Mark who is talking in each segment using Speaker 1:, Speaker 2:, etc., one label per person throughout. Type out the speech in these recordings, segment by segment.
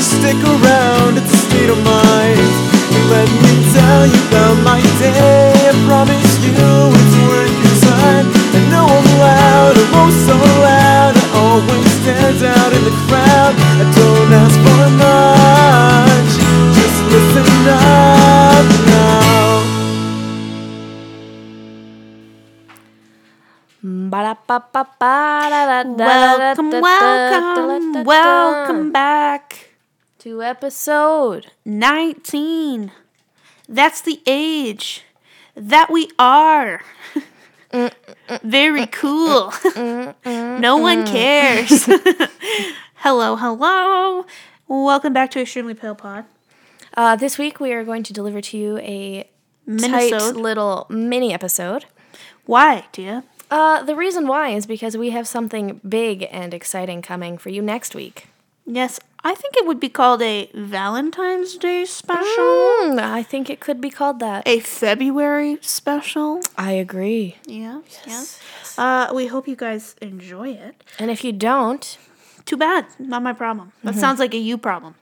Speaker 1: stick around, it's a state of mind. And let me tell you about my day. I promise you it's worth your time. I know I'm loud, I'm oh so loud. I always stand out in the crowd. I don't ask for much, just listen up now.
Speaker 2: Welcome, welcome, welcome back.
Speaker 3: to episode.
Speaker 2: 19. That's the age that we are. Very cool. no one cares. hello, hello. Welcome back to Extremely Pale Pod.
Speaker 3: Uh, this week we are going to deliver to you a tight
Speaker 2: Minnesota.
Speaker 3: little mini episode.
Speaker 2: Why, dear?
Speaker 3: Uh, the reason why is because we have something big and exciting coming for you next week.
Speaker 2: Yes, I think it would be called a Valentine's Day special,
Speaker 3: Hmm, I think it could be called that.
Speaker 2: Mm. a February special.
Speaker 3: I agree.
Speaker 2: Yeah, yes. Uh, we hope you guys enjoy it.
Speaker 3: And if you don't,
Speaker 2: Too bad. Not my problem. That sounds like a you problem.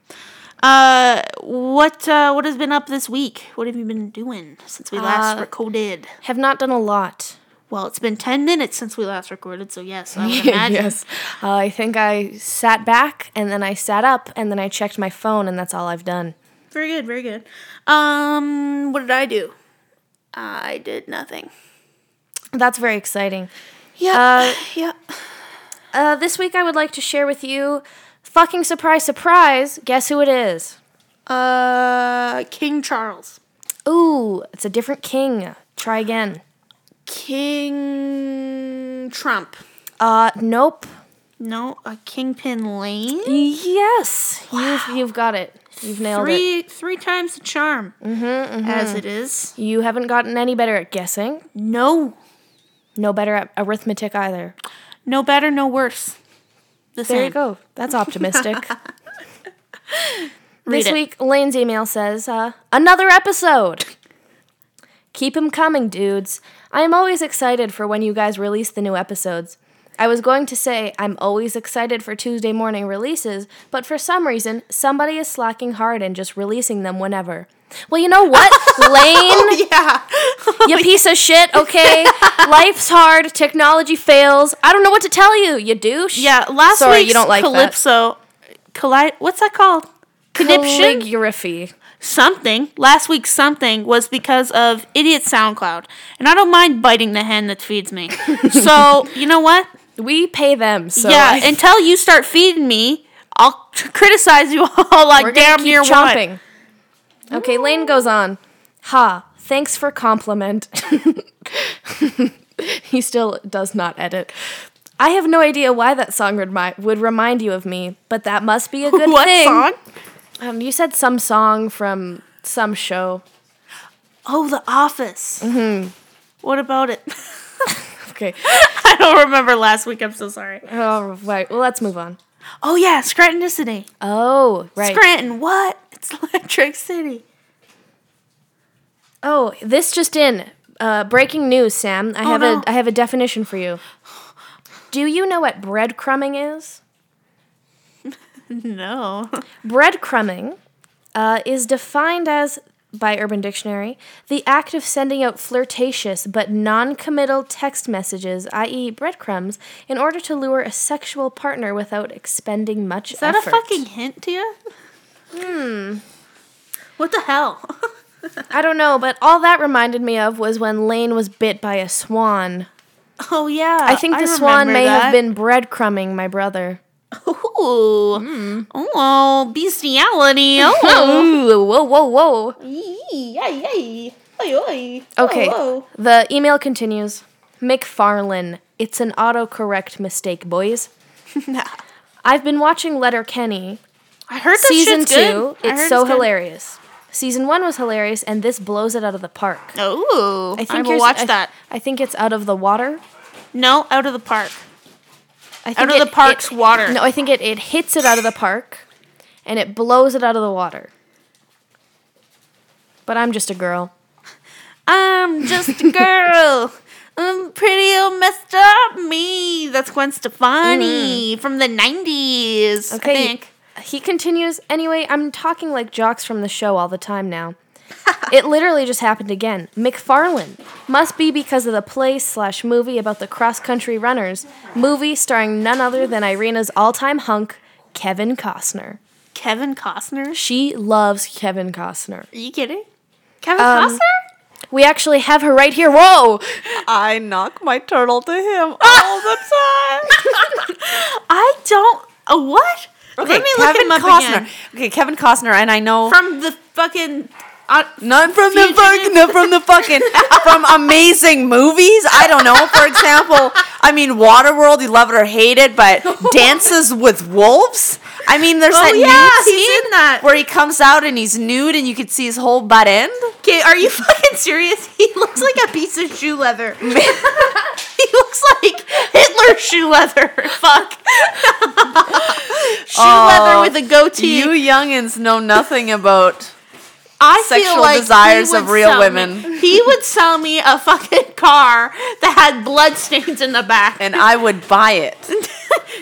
Speaker 2: Uh, what uh, what has been up this week? What have you been doing since we last
Speaker 3: Uh,
Speaker 2: recorded?
Speaker 3: have not done a lot.
Speaker 2: Well, it's been ten minutes since we last recorded, so yes, I would imagine.
Speaker 3: Uh, I think I sat back and then I sat up and then I checked my phone and that's all I've done.
Speaker 2: Very good, very good. Um, what did I do? I did nothing.
Speaker 3: That's very exciting.
Speaker 2: Yeah, yeah.
Speaker 3: Uh, this week I would like to share with you fucking surprise, surprise. Guess who it is?
Speaker 2: Uh, King Charles,
Speaker 3: Ooh, it's a different king. Try again.
Speaker 2: King Trump.
Speaker 3: Uh, nope.
Speaker 2: No, uh, Kingpin Lane.
Speaker 3: Yes, you've you've got it. You've nailed it.
Speaker 2: three three times the charm as it is
Speaker 3: You haven't gotten any better at guessing.
Speaker 2: no
Speaker 3: No better at arithmetic either.
Speaker 2: no better no worse the
Speaker 3: There you
Speaker 2: same
Speaker 3: go. That's optimistic.
Speaker 2: Read
Speaker 3: this
Speaker 2: it.
Speaker 3: week, Lane's email says, uh, another episode. Keep 'em coming, dudes. I am always excited for when you guys release the new episodes. I was going to say I'm always excited for Tuesday morning releases, but for some reason, somebody is slacking hard and just releasing them whenever. Well, you know what, Lane?
Speaker 2: Oh, yeah
Speaker 3: you piece of shit, okay? Life's hard, technology fails. I don't know what to tell you, you douche.
Speaker 2: yeah last
Speaker 3: Sorry,
Speaker 2: week's
Speaker 3: you don't like that.
Speaker 2: calypso colli- what's that called conniption
Speaker 3: Calligraphy.
Speaker 2: something last week's something was because of idiot soundcloud and i don't mind biting the hand that feeds me so you know what
Speaker 3: We pay them, so
Speaker 2: yeah
Speaker 3: I-
Speaker 2: until you start feeding me i'll t- criticize you all like
Speaker 3: We're
Speaker 2: damn
Speaker 3: gonna keep
Speaker 2: near chomping.
Speaker 3: chomping. Okay, Lane goes on. Ha! Thanks for compliment. he still does not edit. I have no idea why that song would, remi- would remind you of me, but that must be a good
Speaker 2: what
Speaker 3: thing.
Speaker 2: song
Speaker 3: Um, you said some song from some show.
Speaker 2: oh the office mm-hmm. what about it
Speaker 3: Okay.
Speaker 2: I don't remember last week. I'm so sorry.
Speaker 3: All right. Well, let's move on.
Speaker 2: Oh yeah, Scrantonicity.
Speaker 3: Oh, right.
Speaker 2: Scranton, what? It's Electric City.
Speaker 3: Oh, this just in. Uh, breaking news, Sam. I have
Speaker 2: Oh, no.
Speaker 3: a I have a definition for you. Do you know what breadcrumbing is?
Speaker 2: No.
Speaker 3: Breadcrumbing uh, is defined as, by Urban Dictionary, the act of sending out flirtatious but non committal text messages, i.e., breadcrumbs, in order to lure a sexual partner without expending much
Speaker 2: Is that
Speaker 3: effort. Hmm.
Speaker 2: a fucking hint to you? Hmm. What the hell?
Speaker 3: I don't know, but all that reminded me of was when Lane was bit by a swan.
Speaker 2: Oh yeah.
Speaker 3: I think the swan
Speaker 2: remember
Speaker 3: may
Speaker 2: that.
Speaker 3: have been breadcrumbing my brother.
Speaker 2: Ooh.
Speaker 3: Hmm.
Speaker 2: Oh, bestiality. Oh.
Speaker 3: Ooh, whoa, whoa, whoa.
Speaker 2: yay, yay. Oi, oi.
Speaker 3: Okay.
Speaker 2: Oh, oh.
Speaker 3: The email continues. McFarlane. It's an autocorrect mistake, boys.
Speaker 2: Nah.
Speaker 3: I've been watching Letter Kenny
Speaker 2: I heard that
Speaker 3: season
Speaker 2: shit's
Speaker 3: two.
Speaker 2: good. I
Speaker 3: It's
Speaker 2: heard
Speaker 3: so
Speaker 2: good.
Speaker 3: hilarious. Season one was hilarious, and this blows it out of the park.
Speaker 2: Ooh. I think I will
Speaker 3: yours-
Speaker 2: watch
Speaker 3: I-
Speaker 2: that.
Speaker 3: I think it's out of the water.
Speaker 2: No, out of the park.
Speaker 3: I think
Speaker 2: Out of the park's water.
Speaker 3: No, I think it, it hits it out of the park, and it blows it out of the water. But I'm just a girl.
Speaker 2: I'm just a girl. I'm pretty old messed up me. That's Gwen Stefani from the 90s, I
Speaker 3: Okay,
Speaker 2: think.
Speaker 3: He continues, anyway, I'm talking like jocks from the show all the time now. it literally just happened again. McFarlane. Must be because of the play slash movie about the cross country runners. Movie starring none other than Irina's all time hunk, Kevin Costner.
Speaker 2: Kevin Costner? Sh-
Speaker 3: She loves Kevin Costner.
Speaker 2: Are you kidding? Kevin
Speaker 3: Um,
Speaker 2: Costner?
Speaker 3: We actually have her right here. Whoa!
Speaker 4: I knock my turtle to him all the time.
Speaker 2: I don't. Uh, what? Let me look him up
Speaker 4: Costner.
Speaker 2: again.
Speaker 4: Okay, Kevin Costner, and I know
Speaker 2: From the fucking. Uh,
Speaker 4: Not from the
Speaker 2: Fugitive.
Speaker 4: fucking, not from the fucking, from amazing movies. I don't know. For example, I mean, Waterworld, you love it or hate it, but Dances with Wolves. I mean, there's
Speaker 2: Oh,
Speaker 4: that
Speaker 2: yeah,
Speaker 4: nude
Speaker 2: he's
Speaker 4: scene
Speaker 2: in that.
Speaker 4: where he comes out and he's nude and you could see his whole butt end.
Speaker 2: okay, are you fucking serious? He looks like a piece of shoe leather. he looks like Hitler shoe leather. Fuck. shoe
Speaker 4: Oh,
Speaker 2: leather with a goatee.
Speaker 4: You youngins know nothing about.
Speaker 2: I
Speaker 4: sexual
Speaker 2: feel like he
Speaker 4: desires
Speaker 2: would
Speaker 4: of real
Speaker 2: sell
Speaker 4: women.
Speaker 2: me- he would sell me a fucking car that had bloodstains in the back.
Speaker 4: And I would buy it.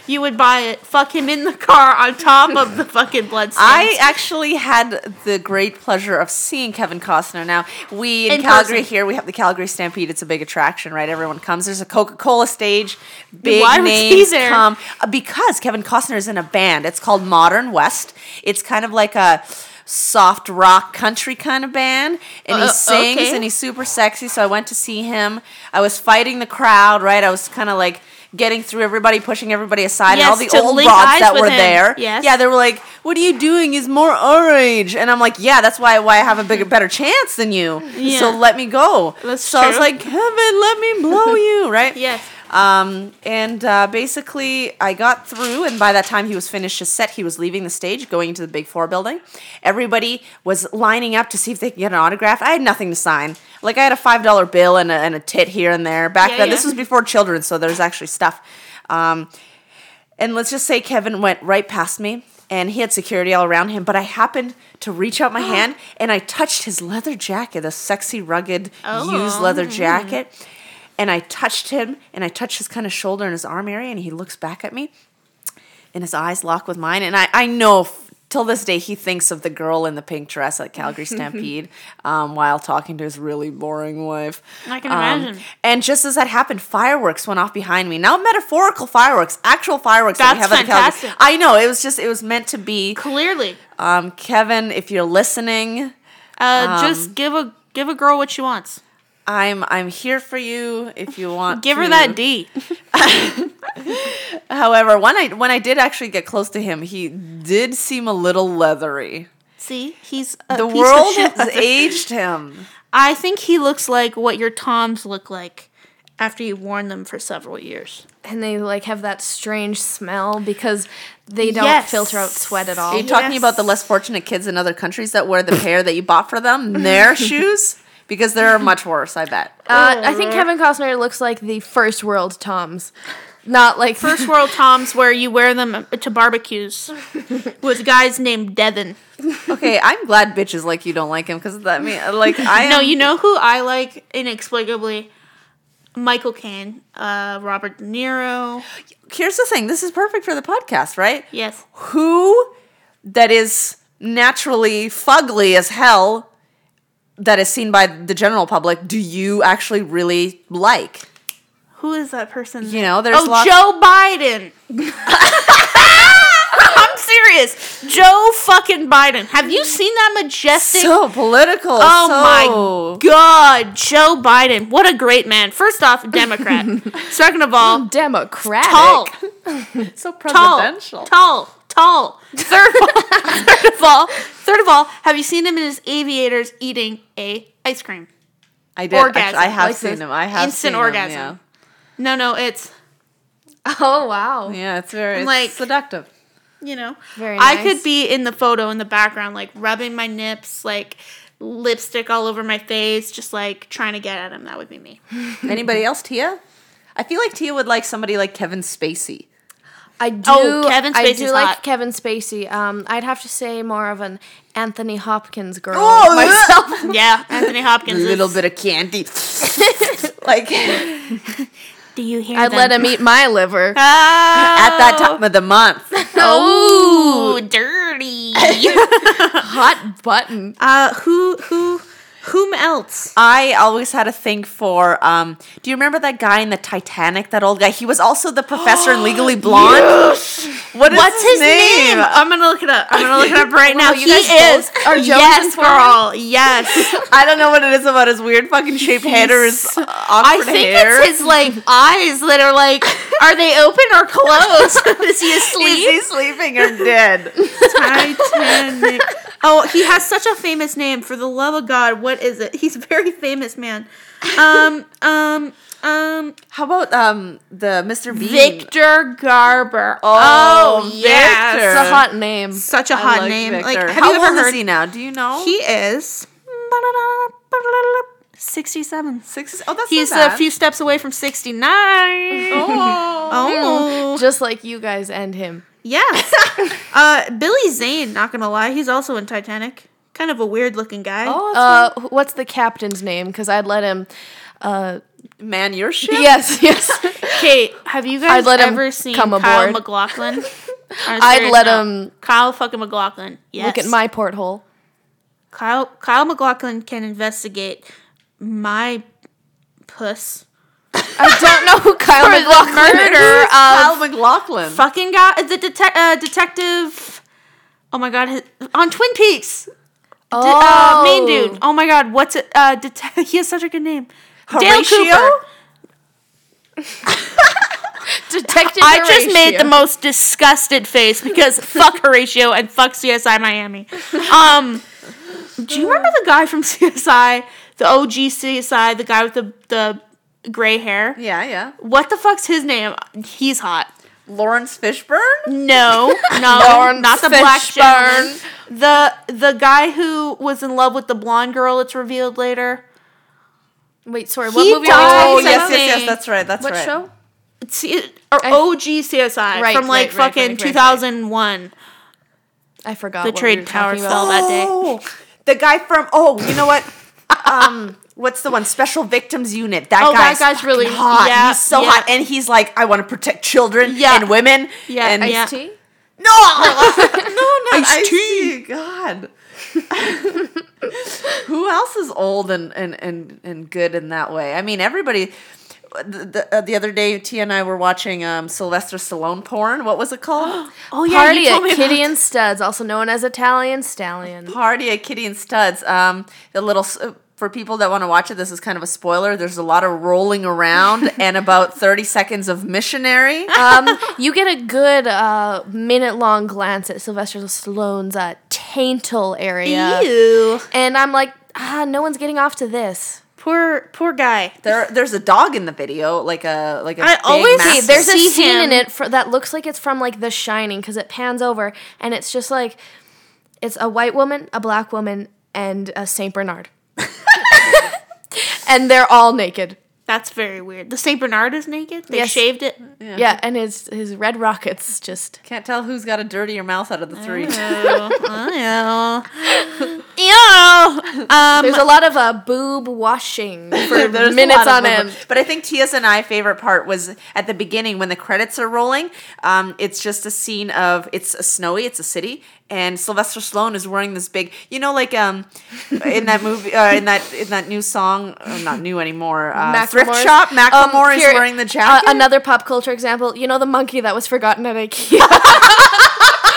Speaker 2: you would buy it, fuck him in the car on top of the fucking bloodstains.
Speaker 4: I actually had the great pleasure of seeing Kevin Costner. Now we in,
Speaker 2: In
Speaker 4: Calgary
Speaker 2: person.
Speaker 4: here we have the Calgary Stampede. It's a big attraction, right? Everyone comes. There's a Coca Cola stage. Big
Speaker 2: Why was he
Speaker 4: names
Speaker 2: there?
Speaker 4: come Uh, because Kevin Costner is in a band. It's called Modern West. It's kind of like a soft rock country kind of band, and he
Speaker 2: Uh,
Speaker 4: sings
Speaker 2: okay.
Speaker 4: and he's super sexy. So I went to see him. I was fighting the crowd, right? I was kind of like. Getting through everybody, pushing everybody aside, and
Speaker 2: Yes,
Speaker 4: all the
Speaker 2: to
Speaker 4: old rods
Speaker 2: link eyes
Speaker 4: that
Speaker 2: with
Speaker 4: were
Speaker 2: him.
Speaker 4: there.
Speaker 2: Yes.
Speaker 4: Yeah, they were like, "What are you doing? Is more orange?" And I'm like, "Yeah, that's why why I have a bigger better chance than you.
Speaker 2: Yeah.
Speaker 4: So let me go."
Speaker 2: That's
Speaker 4: so I was
Speaker 2: true.
Speaker 4: like, "Heaven, let me blow you!" Right?
Speaker 2: Yes.
Speaker 4: Um, and uh, basically, I got through, and by that time he was finished his set. He was leaving the stage, going into the Big Four building. Everybody was lining up to see if they could get an autograph. I had nothing to sign. Like I had a five dollar bill and a, and a tit here and there. Back
Speaker 2: Yeah,
Speaker 4: then, this
Speaker 2: yeah.
Speaker 4: was before children, so there's actually stuff. Um, and let's just say Kevin went right past me and he had security all around him, but I happened to reach out my hand and I touched his leather jacket, a sexy, rugged, used leather jacket. And I touched him and I touched his kind of shoulder and his arm area, and he looks back at me and his eyes lock with mine. And I, I know f- till this day he thinks of the girl in the pink dress at Calgary Stampede um, while talking to his really boring wife.
Speaker 2: I can
Speaker 4: Um,
Speaker 2: imagine.
Speaker 4: and just as that happened, fireworks went off behind me. Now metaphorical fireworks, actual fireworks that we
Speaker 2: That's
Speaker 4: have at the Calgary.
Speaker 2: fantastic.
Speaker 4: I know it was just it was meant to be.
Speaker 2: clearly.
Speaker 4: Um, Kevin, if you're listening,
Speaker 2: Uh,
Speaker 4: Um,
Speaker 2: just give a give a girl what she wants.
Speaker 4: I'm I'm here for you. If you want,
Speaker 2: Give her
Speaker 4: to-
Speaker 2: that D.
Speaker 4: However, when I when I did actually get close to him, he did seem a little leathery.
Speaker 2: See, he's a
Speaker 4: The
Speaker 2: piece
Speaker 4: world
Speaker 2: Of shit.
Speaker 4: has aged him.
Speaker 2: I think he looks like what your toms look like after you've worn them for several years.
Speaker 3: And they like have that strange smell because they don't
Speaker 2: Yes.
Speaker 3: filter out sweat at all.
Speaker 4: Are you talking about the less fortunate kids in other countries that wear the pair that you bought for them, their shoes? Because they're much worse, I bet.
Speaker 3: Uh, I think Kevin Costner looks like the first world Toms, not like
Speaker 2: First world toms where you wear them to barbecues with guys named Devin.
Speaker 4: Okay, I'm glad bitches like you don't like him because that mean like I am,
Speaker 2: No, you know who I like inexplicably? Michael Caine, uh, Robert De Niro.
Speaker 4: Here's the thing: this is perfect for the podcast, right?
Speaker 2: Yes.
Speaker 4: Who that is naturally fugly as hell that is seen by the general public? Do you actually really like?
Speaker 2: Who is that person?
Speaker 4: You know, there's
Speaker 2: Oh,
Speaker 4: lots.
Speaker 2: Joe Biden. I'm serious. Joe fucking Biden. Have you seen that majestic?
Speaker 4: so political.
Speaker 2: oh my god, Joe Biden. What a great man. First off, Democrat. Second of all,
Speaker 3: Democratic.
Speaker 2: tall,
Speaker 4: god! So
Speaker 2: tall,
Speaker 4: presidential.
Speaker 2: tall, tall. Third of all, third of all, third of all, have you seen him in his aviators eating a ice cream?
Speaker 4: I did. actually,
Speaker 2: orgasm,
Speaker 4: I have
Speaker 3: like
Speaker 4: seen
Speaker 3: this
Speaker 4: him. I have
Speaker 2: instant
Speaker 4: seen
Speaker 2: orgasm.
Speaker 4: Him,
Speaker 2: No, no, it's
Speaker 3: Oh wow.
Speaker 4: yeah. yeah, it's very it's
Speaker 2: like-
Speaker 4: seductive.
Speaker 2: you know
Speaker 3: Very
Speaker 2: i
Speaker 3: nice.
Speaker 2: could be in the photo in the background like rubbing my nips like lipstick all over my face just like trying to get at him that would be me
Speaker 4: Anybody else, Tia? I feel like Tia would like somebody like Kevin Spacey.
Speaker 3: I do.
Speaker 2: Oh, Kevin
Speaker 3: I
Speaker 2: Spacey's
Speaker 3: do like
Speaker 2: hot.
Speaker 3: Kevin Spacey. Um, I'd have to say more of an Anthony Hopkins girl.
Speaker 4: Oh,
Speaker 3: myself.
Speaker 2: yeah anthony hopkins
Speaker 4: A little
Speaker 2: is-
Speaker 4: bit of candy. like at
Speaker 2: do you hear
Speaker 3: I'd let him eat my liver.
Speaker 2: at
Speaker 4: that time of the month.
Speaker 2: Oh, dirty.
Speaker 3: Hot button.
Speaker 2: uh, who who whom else?
Speaker 4: I always had a thing for. Um, do you remember that guy in the Titanic? That old guy. He was also the professor in Legally Blonde. What is
Speaker 2: What's his name? I'm gonna look it up. I'm gonna look it up right now.
Speaker 3: Wow, you
Speaker 2: he
Speaker 3: guys
Speaker 2: is.
Speaker 3: both are Jones
Speaker 2: yes,
Speaker 3: and Foreman?
Speaker 2: girl. Yes.
Speaker 4: I don't know what it is about his weird fucking shaped head or his uh,
Speaker 2: I
Speaker 4: awkward
Speaker 2: think
Speaker 4: hair.
Speaker 2: it's his like eyes that are like, are they open or closed? is he asleep?
Speaker 4: Is he sleeping or dead?
Speaker 2: Titanic. Oh, he has such a famous name. For the love of God, what is it? He's a very famous man. Um, um, um,
Speaker 4: How about um the Mr. Bean?
Speaker 2: Victor Garber.
Speaker 4: Oh, Victor.
Speaker 3: It's a hot name.
Speaker 2: such a
Speaker 4: I
Speaker 2: hot
Speaker 4: like
Speaker 2: name.
Speaker 4: Victor.
Speaker 2: Like, have
Speaker 4: how
Speaker 2: you ever
Speaker 4: old
Speaker 2: heard?
Speaker 4: is he now? Do you know?
Speaker 2: He is sixty-seven.
Speaker 4: six. Oh, that's
Speaker 2: He's
Speaker 4: not bad.
Speaker 2: a few steps away from sixty-nine.
Speaker 4: Oh.
Speaker 2: Oh,
Speaker 3: Just like you guys and him.
Speaker 2: yes. uh, Billy Zane. Not gonna lie, he's also in Titanic. Kind of a weird-looking guy.
Speaker 3: Uh, wh- what's the captain's name? Because I'd let him. Uh,
Speaker 4: man, your ship.
Speaker 3: yes, yes.
Speaker 2: Kate, have you guys
Speaker 3: I'd let him
Speaker 2: ever seen
Speaker 3: come
Speaker 2: Kyle
Speaker 3: aboard.
Speaker 2: McLaughlin?
Speaker 3: I'd let him
Speaker 2: Kyle fucking McLaughlin. Yes.
Speaker 3: look at my porthole.
Speaker 2: Kyle. Kyle McLaughlin can investigate my puss.
Speaker 3: I don't know who Kyle
Speaker 2: the
Speaker 3: McLaughlin
Speaker 2: murder
Speaker 3: is.
Speaker 4: Kyle McLaughlin.
Speaker 2: Fucking guy, the detec- uh, detective. Oh my god, his, on Twin Peaks, D- uh, main dude. Oh my god, what's it? Uh, det- he has such a good name.
Speaker 4: Horatio?
Speaker 3: Detective
Speaker 2: I just made the most disgusted face because fuck Horatio and fuck CSI Miami. Um, do you remember the guy from CSI, the OG CSI, the guy with the the gray hair?
Speaker 4: Yeah, yeah.
Speaker 2: What the fuck's his name? He's hot.
Speaker 4: Lawrence Fishburne.
Speaker 2: No, no,
Speaker 3: Lawrence
Speaker 2: not the black
Speaker 3: Fishburne.
Speaker 2: gentleman. The the guy who was in love with the blonde girl. It's revealed later.
Speaker 3: Wait, sorry.
Speaker 2: He
Speaker 3: What movie
Speaker 2: died.
Speaker 3: are
Speaker 4: Oh
Speaker 3: we talking
Speaker 4: yes,
Speaker 3: about?
Speaker 2: something.
Speaker 4: yes, yes. That's right. That's
Speaker 3: What
Speaker 4: right.
Speaker 3: show?
Speaker 2: C- or
Speaker 3: I-
Speaker 2: OG CSI
Speaker 3: Right,
Speaker 2: from like
Speaker 3: right, right,
Speaker 2: fucking
Speaker 3: right, right, right.
Speaker 2: 2001
Speaker 3: I forgot.
Speaker 2: The
Speaker 3: what
Speaker 2: Trade
Speaker 3: we were talking
Speaker 2: Towers fell
Speaker 3: about.
Speaker 2: that day.
Speaker 4: Oh, the guy from. Oh, you know what? um, what's the one? Special Victims Unit. That
Speaker 2: Oh, that
Speaker 4: guy's,
Speaker 2: guy's
Speaker 4: fucking
Speaker 2: really-
Speaker 4: hot.
Speaker 2: yeah,
Speaker 4: he's so
Speaker 2: yeah.
Speaker 4: hot, and he's like, I want to protect children
Speaker 2: Yeah.
Speaker 4: and women.
Speaker 2: Yeah,
Speaker 4: and
Speaker 2: yeah.
Speaker 3: Ice-T?
Speaker 4: no, no, not
Speaker 2: Ice-T.
Speaker 4: Ice T. God. Who else is old and, and, and, and good in that way? I mean, everybody. The, the, uh, the other day, Tia and I were watching um, Sylvester Stallone porn. What was it called?
Speaker 2: Oh yeah,
Speaker 3: Party
Speaker 2: you told me
Speaker 3: at
Speaker 2: about
Speaker 3: Kitty and Studs, also known as Italian Stallion.
Speaker 4: Party at Kitty and Studs. Um, a little s- for people that want to watch it. This is kind of a spoiler. There's a lot of rolling around and about 30 seconds of missionary. Uh,
Speaker 3: Um, you get a good uh, minute-long glance at Sylvester Stallone's uh, taintal area,
Speaker 2: Ew.
Speaker 3: and I'm like, ah, no one's getting off to this.
Speaker 2: Poor poor guy.
Speaker 4: There, there's a dog in the video, like a like a.
Speaker 2: I
Speaker 4: big
Speaker 2: always-
Speaker 4: massive-
Speaker 3: Hey, there's a
Speaker 2: see
Speaker 3: scene in
Speaker 2: him.
Speaker 3: it fr that looks like it's from like The Shining because it pans over and it's just like it's a white woman, a black woman, and a Saint Bernard, and they're all naked.
Speaker 2: That's very weird. The Saint Bernard is naked. They
Speaker 3: Yes.
Speaker 2: shaved it.
Speaker 3: Yeah, and his his red rockets just
Speaker 4: Can't tell who's got a dirtier mouth out of the three.
Speaker 2: Ew. Ew.
Speaker 3: there's
Speaker 2: Um,
Speaker 3: a lot of uh, boob washing for
Speaker 4: There's a
Speaker 3: minutes
Speaker 4: lot of
Speaker 3: on
Speaker 4: movement.
Speaker 3: end.
Speaker 4: But I think Tia's and I favorite part was at the beginning when the credits are rolling. Um, it's just a scene of it's a snowy, it's a city, and Sylvester Stallone is wearing this big, you know, like um, in that movie, uh, in that in that new song, uh, not new anymore, uh, thrift
Speaker 3: Macklemore's-
Speaker 4: shop.
Speaker 3: Um,
Speaker 4: Macklemore is
Speaker 3: here,
Speaker 4: wearing the
Speaker 3: uh,
Speaker 4: jacket.
Speaker 3: another pop culture example, you know the monkey that was forgotten at IKEA.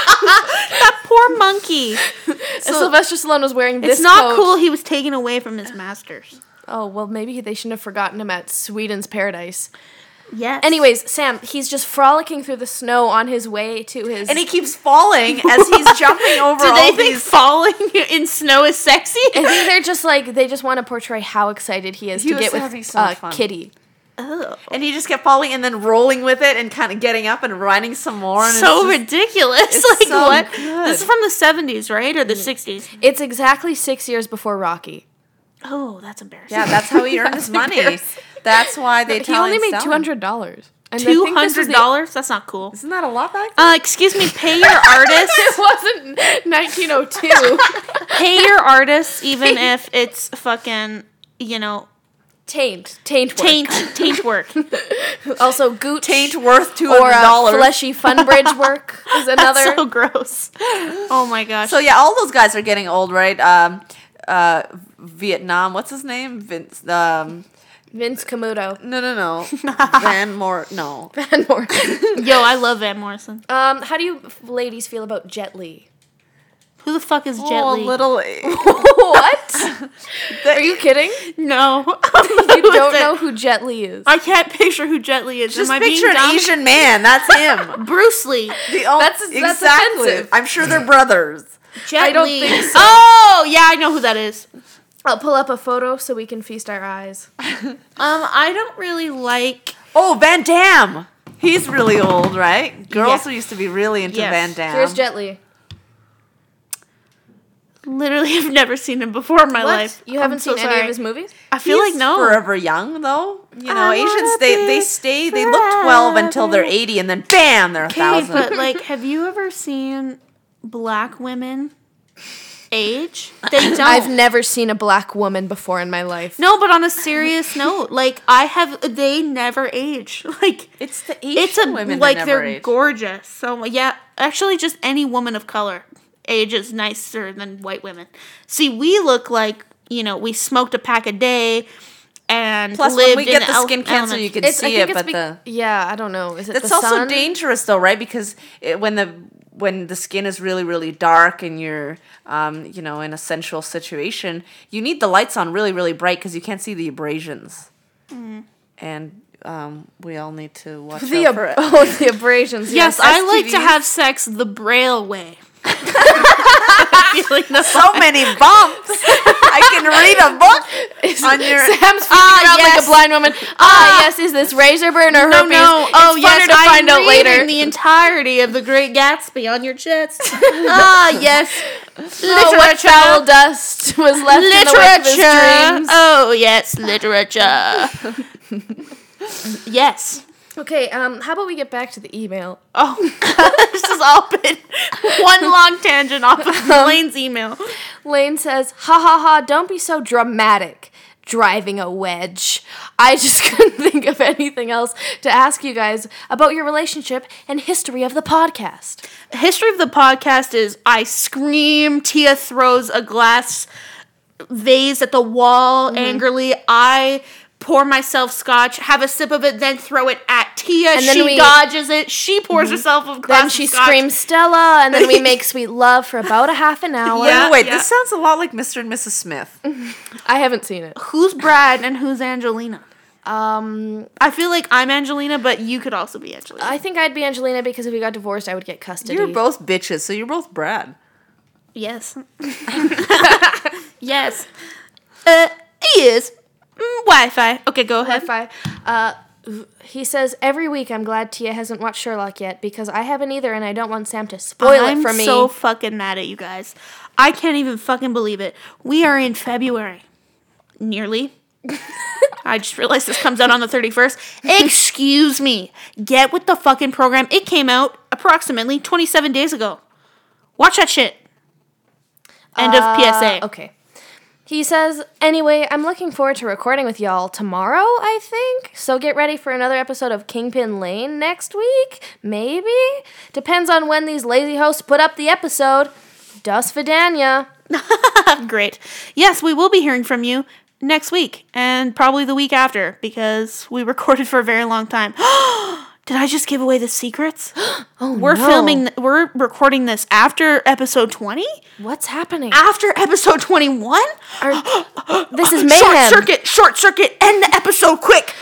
Speaker 2: poor monkey.
Speaker 3: Sylvester Stallone was wearing this.
Speaker 2: it's not
Speaker 3: coat.
Speaker 2: cool. He was taken away from his masters.
Speaker 3: Oh well, maybe they shouldn't have forgotten him at Sweden's Paradise.
Speaker 2: Yes.
Speaker 3: Anyways, Sam, he's just frolicking through the snow on his way to his.
Speaker 4: and he keeps falling as he's jumping over
Speaker 2: do they
Speaker 4: all
Speaker 2: think
Speaker 4: these.
Speaker 2: falling in snow is sexy?
Speaker 3: I think they're just like they just want to portray how excited he is
Speaker 4: He
Speaker 3: to
Speaker 4: was
Speaker 3: get
Speaker 4: having
Speaker 3: with
Speaker 4: so
Speaker 3: uh,
Speaker 4: much fun.
Speaker 3: Kitty.
Speaker 2: Oh,
Speaker 4: And he just kept falling and then rolling with it and kind of getting up and riding some more. And
Speaker 2: so
Speaker 4: it's just-
Speaker 2: ridiculous!
Speaker 4: it's
Speaker 2: like
Speaker 4: so
Speaker 2: what?
Speaker 4: good.
Speaker 2: This is from the seventies, right, or the sixties?
Speaker 3: It's exactly six years before Rocky.
Speaker 2: Oh, that's embarrassing.
Speaker 4: Yeah, that's how he earned his money. That's why they.
Speaker 3: he only made two hundred dollars.
Speaker 2: Two hundred dollars? That's not cool.
Speaker 4: Isn't that a lot back
Speaker 2: Uh, excuse me, pay your artists.
Speaker 3: It wasn't 1902.
Speaker 2: pay your artists even if it's fucking you know
Speaker 3: Taint. Taint work.
Speaker 2: Taint, taint work.
Speaker 3: Also, gooch.
Speaker 4: Taint worth two
Speaker 3: or
Speaker 4: hundred
Speaker 3: uh,
Speaker 4: dollars.
Speaker 3: fleshy fun bridge work is another.
Speaker 2: That's so gross. Oh my gosh.
Speaker 4: So yeah, all those guys are getting old, right? Um, uh, Vietnam. What's his name? Vince. Um,
Speaker 3: Vince Camuto.
Speaker 4: no, no, no. Van Moore. No.
Speaker 3: Van Morrison.
Speaker 2: Yo, I love Van Morrison.
Speaker 3: um, how do you f- ladies feel about Jet Li?
Speaker 2: Who the fuck is Jet
Speaker 4: Oh,
Speaker 2: Li?
Speaker 4: little.
Speaker 3: what? Are you kidding?
Speaker 2: no.
Speaker 3: You don't know who Jet Li is.
Speaker 2: I can't picture who Jet Li is.
Speaker 4: Just
Speaker 2: Am I
Speaker 4: picture
Speaker 2: being
Speaker 4: an
Speaker 2: dumb?
Speaker 4: Asian man. That's him.
Speaker 2: Bruce Lee.
Speaker 4: The o-
Speaker 3: That's- that's offensive.
Speaker 4: I'm sure they're brothers.
Speaker 2: Jet
Speaker 3: I don't
Speaker 2: Li.
Speaker 3: think so.
Speaker 2: Oh, yeah, I know who that is.
Speaker 3: I'll pull up a photo so we can feast our eyes.
Speaker 2: Um, I don't really like.
Speaker 4: Oh, Van Damme. He's really old, right? Girls
Speaker 2: Yeah.
Speaker 4: who used to be really into
Speaker 2: Yes.
Speaker 4: Van Damme.
Speaker 3: Here's Jet Li.
Speaker 2: Literally, I've never seen him before in my
Speaker 3: What?
Speaker 2: life.
Speaker 3: You haven't
Speaker 2: I'm so
Speaker 3: seen any
Speaker 2: sorry.
Speaker 3: of his movies?
Speaker 2: I feel
Speaker 4: He's
Speaker 2: like no.
Speaker 4: forever young though. You know,
Speaker 2: I
Speaker 4: Asians
Speaker 2: wanna
Speaker 4: they they
Speaker 2: be
Speaker 4: stay they look twelve until they're eighty, and then bam, they're a
Speaker 2: Okay,
Speaker 4: thousand.
Speaker 2: but like, have you ever seen black women age? They don't.
Speaker 3: I've never seen a black woman before in my life.
Speaker 2: no, but on a serious note, like I have, they never age. Like
Speaker 4: it's the Asian
Speaker 2: it's a
Speaker 4: women
Speaker 2: like
Speaker 4: that never
Speaker 2: they're
Speaker 4: age.
Speaker 2: gorgeous. So yeah, actually, just any woman of color ages nicer than white women. See, we look like you know we smoked a pack a day, and
Speaker 4: Plus,
Speaker 2: lived
Speaker 4: when we get
Speaker 2: in
Speaker 4: the
Speaker 2: el-
Speaker 4: skin cancer,
Speaker 2: element.
Speaker 4: you can
Speaker 3: It's- I
Speaker 4: see
Speaker 3: think
Speaker 4: it,
Speaker 3: it's
Speaker 4: but
Speaker 3: bec-
Speaker 4: the
Speaker 3: yeah, I don't know. Is it
Speaker 4: it's
Speaker 3: the
Speaker 4: also
Speaker 3: sun?
Speaker 4: dangerous though, right? Because it, when the when the skin is really really dark and you're um, you know in a sensual situation, you need the lights on really really bright because you can't see the abrasions,
Speaker 2: Mm.
Speaker 4: and um, we all need to watch
Speaker 3: The
Speaker 4: out
Speaker 3: ab-
Speaker 4: for it.
Speaker 3: oh, the abrasions.
Speaker 2: Yes, I like to
Speaker 4: STDs.
Speaker 2: have sex the Braille way. I feel like that's
Speaker 4: so many bumps. I can read a book on your.
Speaker 3: Sam's freaking
Speaker 2: Ah,
Speaker 3: around like
Speaker 2: yes.
Speaker 3: a blind woman. Ah, yes, is this razor burn or
Speaker 2: no,
Speaker 3: herpes?
Speaker 2: no.
Speaker 3: It's
Speaker 2: Oh,
Speaker 3: funner
Speaker 2: yes.
Speaker 3: to
Speaker 2: I'm
Speaker 3: find out
Speaker 2: reading
Speaker 3: later.
Speaker 2: the entirety of The Great Gatsby on your chest. ah, yes.
Speaker 3: Oh, what
Speaker 2: Literature.
Speaker 3: foul dust was left in the wake of his
Speaker 2: literature.
Speaker 3: dreams.
Speaker 2: Oh, yes, literature. yes.
Speaker 3: Okay, um, how about we get back to the email?
Speaker 2: Oh, this has all been one long tangent off
Speaker 3: Um,
Speaker 2: of Elaine's email.
Speaker 3: Lane says, "Ha ha ha! Don't be so dramatic." Driving a wedge. I just couldn't think of anything else to ask you guys about your relationship and history of the podcast.
Speaker 2: history of the podcast is I scream, Tia throws a glass vase at the wall angrily. I pour myself scotch, have a sip of it, then throw it at Tia.
Speaker 3: And then
Speaker 2: she
Speaker 3: we-
Speaker 2: dodges it. She pours herself a glass.
Speaker 3: Then she
Speaker 2: of scotch.
Speaker 3: screams Stella, and then we make sweet love for about a half an hour.
Speaker 4: Wait,
Speaker 2: Yeah,
Speaker 4: wait,
Speaker 2: yeah.
Speaker 4: this sounds a lot like Mr. and Mrs. Smith.
Speaker 3: I haven't seen it.
Speaker 2: "Who's Brad and who's Angelina?"
Speaker 3: Um,
Speaker 2: I feel like I'm Angelina, but you could also be Angelina.
Speaker 3: I think I'd be Angelina because if we got divorced, I would get custody.
Speaker 4: You're both bitches, so you're both Brad.
Speaker 2: yes. yes. Uh, he is. Mm, Wi-Fi. Okay, go ahead.
Speaker 3: Wi-Fi. Uh, he says every week I'm glad Tia hasn't watched Sherlock yet because I haven't either, and I don't want Sam to spoil
Speaker 2: I'm
Speaker 3: it for me.
Speaker 2: so fucking mad at you guys. I can't even fucking believe it. We are in February. Nearly. I just realized this comes out on the 31st. Excuse me. Get with the fucking program. It came out approximately 27 days ago. Watch that shit. End of PSA.
Speaker 3: Uh, okay. He says, anyway, I'm looking forward to recording with y'all tomorrow, I think. So get ready for another episode of Kingpin Lane next week, maybe? Depends on when these lazy hosts put up the episode. Das Vidania.
Speaker 2: Great. Yes, we will be hearing from you next week and probably the week after because we recorded for a very long time. Did I just give away the secrets?
Speaker 3: no.
Speaker 2: we're filming we're recording this after episode 20?
Speaker 3: What's happening?
Speaker 2: After episode 21?
Speaker 3: Are- this is
Speaker 2: Short
Speaker 3: mayhem.
Speaker 2: circuit, short circuit, end the episode quick.